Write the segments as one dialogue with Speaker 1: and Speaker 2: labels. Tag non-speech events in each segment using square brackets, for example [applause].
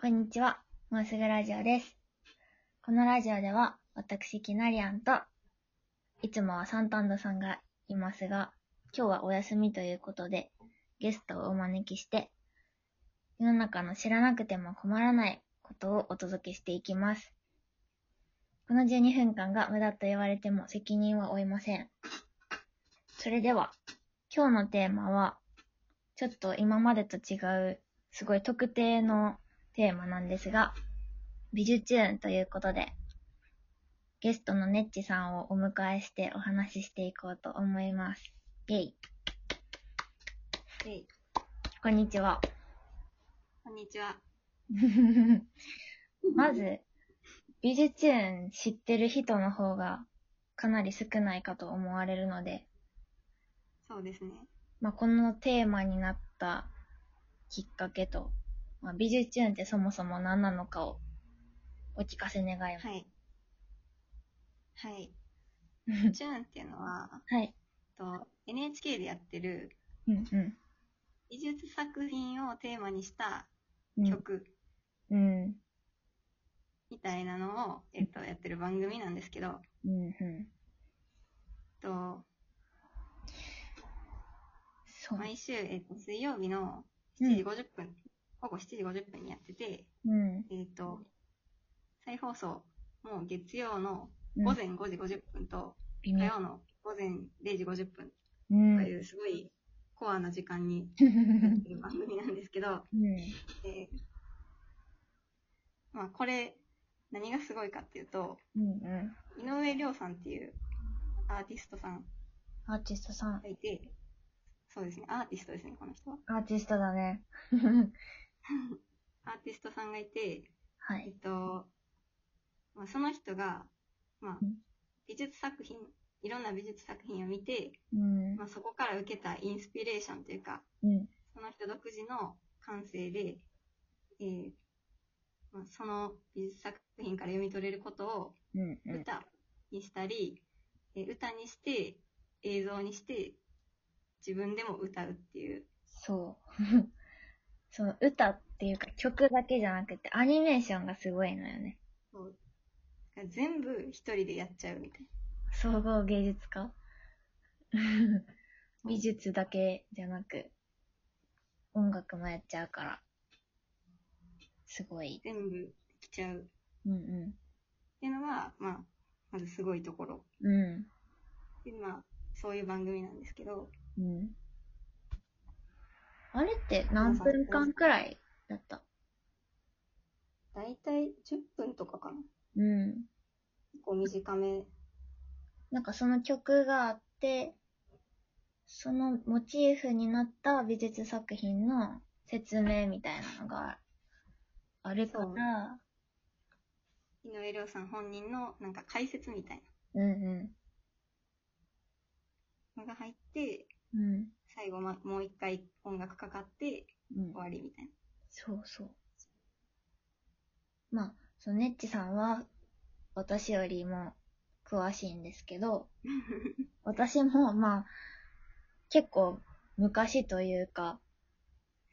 Speaker 1: こんにちは。もうすぐラジオです。このラジオでは、私、きなりあんと、いつもはサンタンドさんがいますが、今日はお休みということで、ゲストをお招きして、世の中の知らなくても困らないことをお届けしていきます。この12分間が無駄と言われても責任は負いません。それでは、今日のテーマは、ちょっと今までと違う、すごい特定のテーマなんですが、美術チューンということで、ゲストのネッチさんをお迎えしてお話ししていこうと思います。イェイ。
Speaker 2: えい、
Speaker 1: こんにちは。 [laughs]
Speaker 2: こんにちは。
Speaker 1: まず、美術チューン知ってる人の方がかなり少ないかと思われるので、
Speaker 2: そうですね。
Speaker 1: まあ、このテーマになったきっかけと、まあ、美術チューンってそもそも何なのかをお聞かせ願います。
Speaker 2: はい。はい。
Speaker 1: は
Speaker 2: チューンっていうのは、
Speaker 1: い。
Speaker 2: と NHK でやってる
Speaker 1: うんうん
Speaker 2: 美術作品をテーマにした
Speaker 1: うん。
Speaker 2: 曲
Speaker 1: うん。
Speaker 2: みたいなのを、えっと、やってる番組なんですけど、
Speaker 1: うんうん。
Speaker 2: と
Speaker 1: そう。
Speaker 2: 毎週、えっと、水曜日の7時50分、午後7時50分にやってて、
Speaker 1: うん。
Speaker 2: えっと、再放送、もう月曜の
Speaker 1: うん
Speaker 2: 午前5時50分と、
Speaker 1: 微
Speaker 2: 火
Speaker 1: 妙。
Speaker 2: 曜の午前0時50分
Speaker 1: う
Speaker 2: と
Speaker 1: ん。う
Speaker 2: いう、すごいコアな時間にやっ
Speaker 1: ん。
Speaker 2: てる番組なんですけど、えーまあこれ何がすごいかっていうと
Speaker 1: うんうん。
Speaker 2: 井上涼さんっていうアーティストさん
Speaker 1: アーティストさん
Speaker 2: が。いてそうですねアーティストですねこの人は
Speaker 1: アーティストだね。 [laughs]
Speaker 2: アーティストさんがいて
Speaker 1: は
Speaker 2: えっ
Speaker 1: い。
Speaker 2: と、まあ、その人が、まあ
Speaker 1: うん、
Speaker 2: 美術作品いろんな美術作品を見て、
Speaker 1: うん。
Speaker 2: まあ、そこから受けたインスピレーションというか
Speaker 1: うん。
Speaker 2: その人独自の感性で、えーまあ、その美術作品から読み取れることを
Speaker 1: うんうん。
Speaker 2: 歌にしたり、えー歌にして映像にして自分でも歌うっていう
Speaker 1: そう。 [laughs] その歌っていうか曲だけじゃなくてアニメーションがすごいのよね。
Speaker 2: そうだから全部一人でやっちゃうみたい
Speaker 1: 総合芸術
Speaker 2: [laughs]
Speaker 1: 家美術だけじゃなく、音楽もやっちゃうから、すごい。
Speaker 2: な全部できちゃうっ
Speaker 1: うんう
Speaker 2: ていうのが、まあ、まずすごいところ
Speaker 1: ん。う
Speaker 2: で、まあ、そういう番組なんですけど
Speaker 1: ん。うん。あれって何分間くらいだった
Speaker 2: 大体10分とかかな
Speaker 1: うん。
Speaker 2: 結構短め
Speaker 1: なんかその曲があって、そのモチーフになった美術作品の説明みたいなのがあるから、
Speaker 2: 井上涼さん本人のなんか解説みたい
Speaker 1: うんう
Speaker 2: なのが入って
Speaker 1: ん。うん。
Speaker 2: 最後、ま、もう一回音楽かかって
Speaker 1: うん
Speaker 2: 終、わりみたいな
Speaker 1: そうそう。まあ、そのネッチさんは私よりも詳しいんですけど、私もまあ、結構昔というか、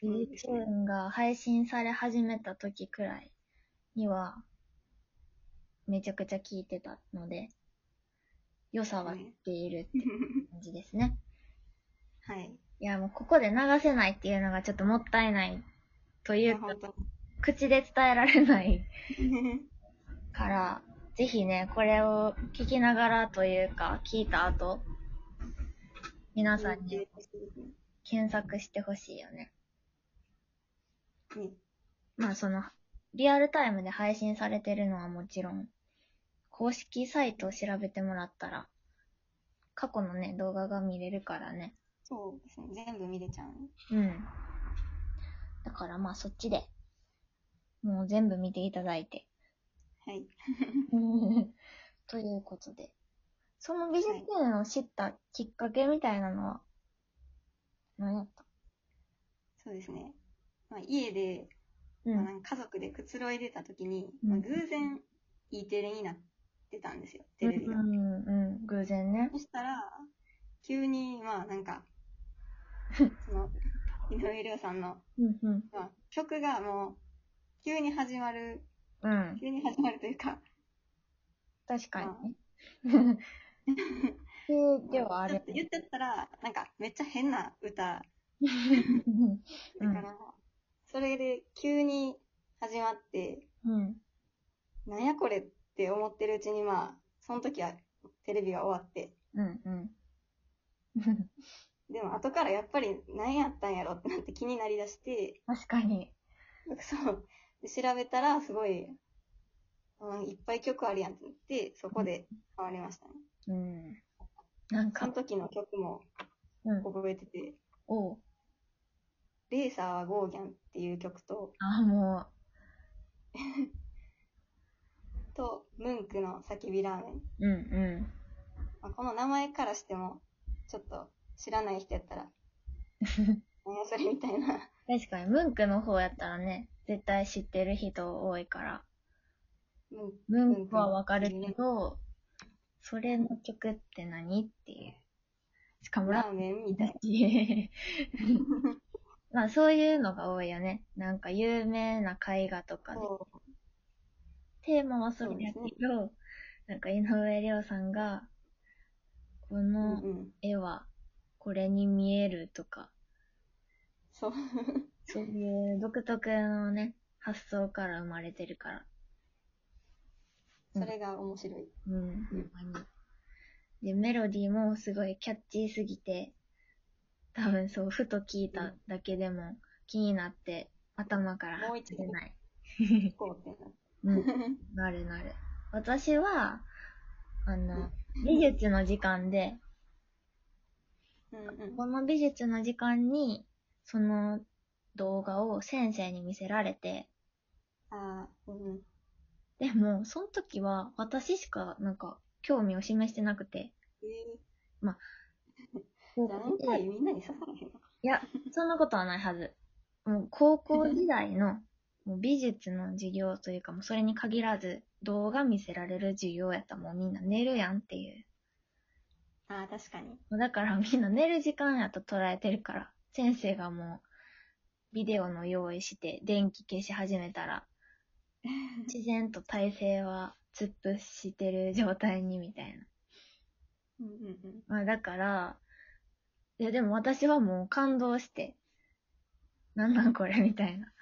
Speaker 2: そうですね
Speaker 1: YouTube が配信され始めた時くらいには、めちゃくちゃ聞いてたので、良さは知っているって感じですね。
Speaker 2: はい
Speaker 1: いや、もうここで流せないっていうのがちょっともったいないとい
Speaker 2: いうや
Speaker 1: か
Speaker 2: 本、当
Speaker 1: 口で伝えられない
Speaker 2: に
Speaker 1: から、ぜひね、これを聞きながらというか、聞いた後、皆さんに検索してほしいよね。
Speaker 2: ね
Speaker 1: まあその、リアルタイムで配信されてるのはもちろん、公式サイトを調べてもらったら、過去のね、動画が見れるからね。
Speaker 2: そうですね全部見れちゃうね
Speaker 1: うん。だからまあそっちで、もう全部見ていただいて、 [laughs]
Speaker 2: はい
Speaker 1: ということで。その美術展を知ったきっかけみたいなのは、何やった
Speaker 2: そうですね、まあ、家で、
Speaker 1: う
Speaker 2: まあ、
Speaker 1: ん。
Speaker 2: なんか家族でくつろいでた時に、
Speaker 1: うん
Speaker 2: まあ、偶然 E テレになってたんですよテレビが、
Speaker 1: うんうんうん、偶然ね。
Speaker 2: そしたら急にまあな
Speaker 1: [laughs]
Speaker 2: んかその井上涼さんの、
Speaker 1: うんうん。
Speaker 2: まあ、曲がもう急に始まる、
Speaker 1: うん。
Speaker 2: 急に始まるというか、
Speaker 1: 確かにね。急ではあ
Speaker 2: ちょっ
Speaker 1: る
Speaker 2: と。言っちゃったら、なんかめっちゃ変な歌
Speaker 1: う
Speaker 2: だから、
Speaker 1: ん。
Speaker 2: それで急に始まって、
Speaker 1: うん。
Speaker 2: なんやこれって思ってるうちにまあ、その時はテレビが終わって、
Speaker 1: うん。うん。
Speaker 2: でも後からやっぱり何やったんやろってなって気になりだして、
Speaker 1: 確かに。
Speaker 2: そう。で調べたらすごい、うん、いっぱい曲あるやんってなって、そこで変わりましたね。
Speaker 1: うん。なん
Speaker 2: そ
Speaker 1: か
Speaker 2: の、時の曲も
Speaker 1: うん。
Speaker 2: 覚えてて、
Speaker 1: おう
Speaker 2: レーサーはゴーギャンっていう曲と、
Speaker 1: あ、も
Speaker 2: と、ムンクの叫びラーメン。
Speaker 1: う、うんうん。
Speaker 2: まあ、この名前からしても、ちょっと知らない人やったら、何やそれみたいな。
Speaker 1: 確かに、ムンクの方やったらね、絶対知ってる人多いから、
Speaker 2: ムン
Speaker 1: ムンクはわかるけど、それの曲って何っていう。しかも
Speaker 2: クラ
Speaker 1: ラ
Speaker 2: ーメンみた
Speaker 1: だ
Speaker 2: い
Speaker 1: し。まあそういうのが多いよね。なんか有名な絵画とか
Speaker 2: な。
Speaker 1: で、
Speaker 2: こう
Speaker 1: テーマはそれやけど、なんか井上涼さんが、こ
Speaker 2: うん
Speaker 1: の
Speaker 2: うん。
Speaker 1: 絵はこれに見えるとか、
Speaker 2: そう。
Speaker 1: そういう独特のね、発想から生まれてるから。
Speaker 2: それが面白い。
Speaker 1: うん、ほんまに。で、メロディーもすごいキャッチーすぎて、多分そう、ふと聞いただけでも気になって、頭から
Speaker 2: もう一度
Speaker 1: 離れない。
Speaker 2: 聞こうってな。
Speaker 1: うん、なるなる。私は、あの、美術の時間で、
Speaker 2: うんうん。
Speaker 1: この美術の時間に、その動画を先生に見せられて、
Speaker 2: あーうんうん。
Speaker 1: でも、その時は私しかなんか興味を示してなくて、
Speaker 2: えー
Speaker 1: 高
Speaker 2: 何
Speaker 1: 校で
Speaker 2: 回みんなに刺さらへんのか。
Speaker 1: いや、そんなことはないはず。もう高校時代のもう美術の授業というか、もうそれに限らず動画見せられる授業やったらもうみんな寝るやんっていう。
Speaker 2: ああ、確かに。
Speaker 1: もうだからみんな寝る時間やと捉えてるから、先生がもうビデオの用意して電気消し始めたら、自然と体勢は突っ伏してる状態にみたいな。
Speaker 2: うんうんうん。
Speaker 1: まあだから、いやでも私はもう感動して、なんなんこれみたい [laughs] な。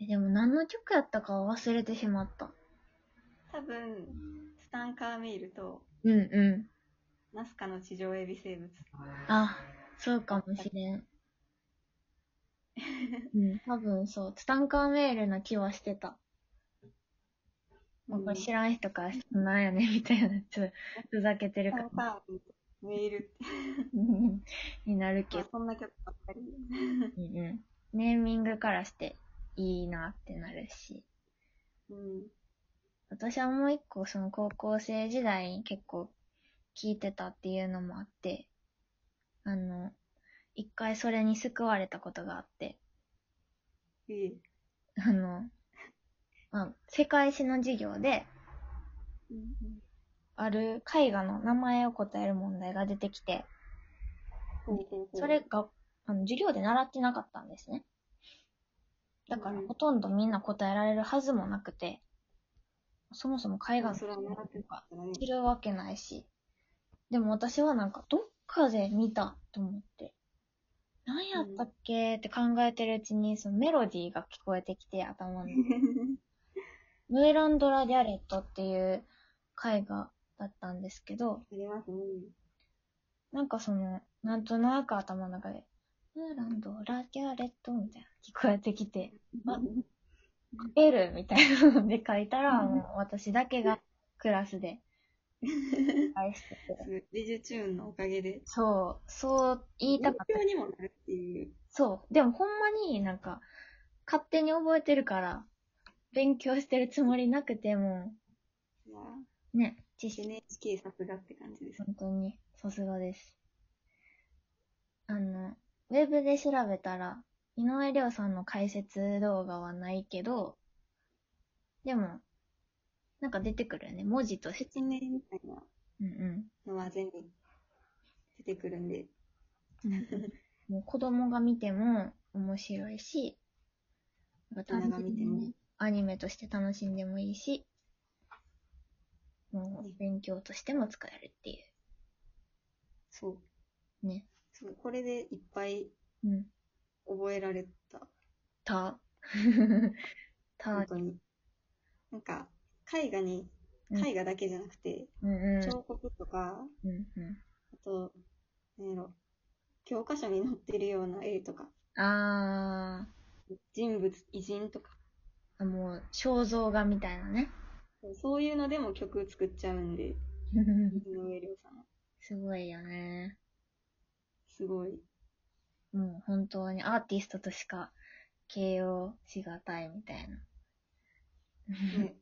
Speaker 1: えでも何の曲やったかは忘れてしまった。
Speaker 2: 多分、ツタンカーメイルと、
Speaker 1: うんう
Speaker 2: ナスカの地上エビ生物。
Speaker 1: ん。あ、そうかもし [laughs] れん。うん、多分そう、ツタンカーメールな気はしてた。もうこれ知らん人からしたらなんやねんみたいな、ちょっとふざけてる
Speaker 2: ツ
Speaker 1: か
Speaker 2: タンカーメイル、メイルって、
Speaker 1: うんになるけ
Speaker 2: ま
Speaker 1: ど
Speaker 2: あ。そんな曲ばっかり。
Speaker 1: うんうん。ネーミングからしていいなってなるし。
Speaker 2: [laughs] うん。
Speaker 1: 私はもう一個その高校生時代に結構聞いてたっていうのもあって、あの、一回それに救われたことがあって、
Speaker 2: いい。
Speaker 1: あの、まあ、世界史の授業で
Speaker 2: うん
Speaker 1: ある絵画の名前を答える問題が出てきて、
Speaker 2: うん
Speaker 1: それ、が、あの、授業で習ってなかったんですね。だからほとんどみんな答えられるはずもなくて、そもそも絵画
Speaker 2: それは習って
Speaker 1: とか
Speaker 2: 何
Speaker 1: いるわけないし。でも私はなんか、どっかで見たと思って、何やったっけって考えてるうちに、そのメロディーが聞こえてきて、頭に。ムーランドラ・ギャレットっていう絵画だったんですけど、
Speaker 2: ありますね。
Speaker 1: なんかその、なんとなく頭の中で、ムーランドラ・ギャレットみたいな聞こえてきて、あエルみたいなので書いたら、もう私だけがクラスで愛してて。
Speaker 2: リジュチューンのおかげで、
Speaker 1: そう、そう言いたかった
Speaker 2: 勉強にもなるっていう。
Speaker 1: そう。でもほんまになんか、勝手に覚えてるから、勉強してるつもりなくても、
Speaker 2: いや
Speaker 1: ね、知
Speaker 2: ー
Speaker 1: 識、
Speaker 2: NHK さすがって感じです。
Speaker 1: 本当に、さすがです。あの、ウェブで調べたら、井上亮さんの解説動画はないけど、でも、なんか出てくるよね。文字として。
Speaker 2: 説明みたいな
Speaker 1: うんうん。
Speaker 2: のは全部出てくるんで。
Speaker 1: もう子供が見ても面白いし、なんか
Speaker 2: 大人が
Speaker 1: 楽しん
Speaker 2: 見て
Speaker 1: で
Speaker 2: も
Speaker 1: ね、アニメとして楽しんでもいいし、も
Speaker 2: ね
Speaker 1: う勉強としても使えるってい
Speaker 2: そう。
Speaker 1: う。ね。
Speaker 2: そうこれでいっぱい
Speaker 1: うん。
Speaker 2: 覚えられた。
Speaker 1: た。た
Speaker 2: 本。当に。なんか、絵画に、
Speaker 1: うん
Speaker 2: 絵画だけじゃなくて、
Speaker 1: うんうん。
Speaker 2: 彫刻とか、
Speaker 1: うんう
Speaker 2: あと、なんやろ、教科書に載ってるような絵とか、
Speaker 1: ん。あ
Speaker 2: 人物、偉人とか、
Speaker 1: ー、もう肖像画みたいなね。
Speaker 2: そういうのでも曲作っちゃうんで、井上涼さんは。
Speaker 1: すごいよね。
Speaker 2: すごい。
Speaker 1: もう本当にアーティストとしか形容しがたいみたいな。
Speaker 2: ね、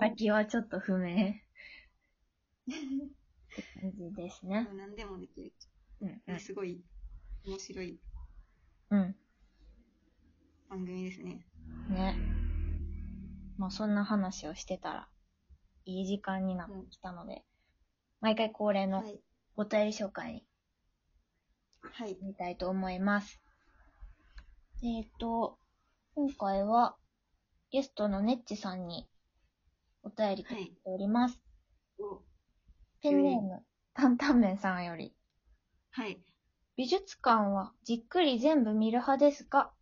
Speaker 1: 先はちょっと不明。って感じですね。
Speaker 2: 何でもできる。
Speaker 1: うん
Speaker 2: すごい、面白い
Speaker 1: うん。
Speaker 2: 番組ですね。
Speaker 1: うん。ね。まあそんな話をしてたら、いい時間になってきたので、毎回恒例
Speaker 2: は
Speaker 1: の
Speaker 2: い。
Speaker 1: お便り紹介に
Speaker 2: はい。
Speaker 1: みたいと思います。えっ、と、今回はゲストのネッチさんにお便りと
Speaker 2: は
Speaker 1: って
Speaker 2: い。
Speaker 1: おります。
Speaker 2: お
Speaker 1: ペンネーム、担々麺さんより。
Speaker 2: はい。
Speaker 1: 美術館はじっくり全部見る派ですか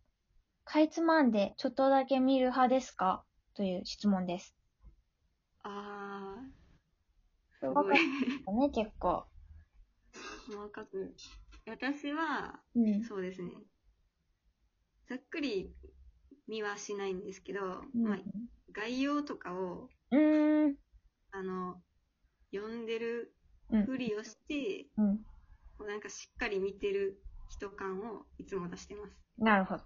Speaker 1: かいつまんでちょっとだけ見る派ですかという質問です。
Speaker 2: あー、す
Speaker 1: わ
Speaker 2: ご
Speaker 1: かっ
Speaker 2: い。
Speaker 1: たね、結構。
Speaker 2: 細かく。私は、
Speaker 1: うん。
Speaker 2: そうですね。ざっくり見はしないんですけど、
Speaker 1: うん
Speaker 2: まあ、概要とかを、
Speaker 1: うーん。
Speaker 2: あの、読んでる
Speaker 1: うん
Speaker 2: ふりをして、
Speaker 1: うん。
Speaker 2: こうなんかしっかり見てる人感をいつも出してます。
Speaker 1: なるほど。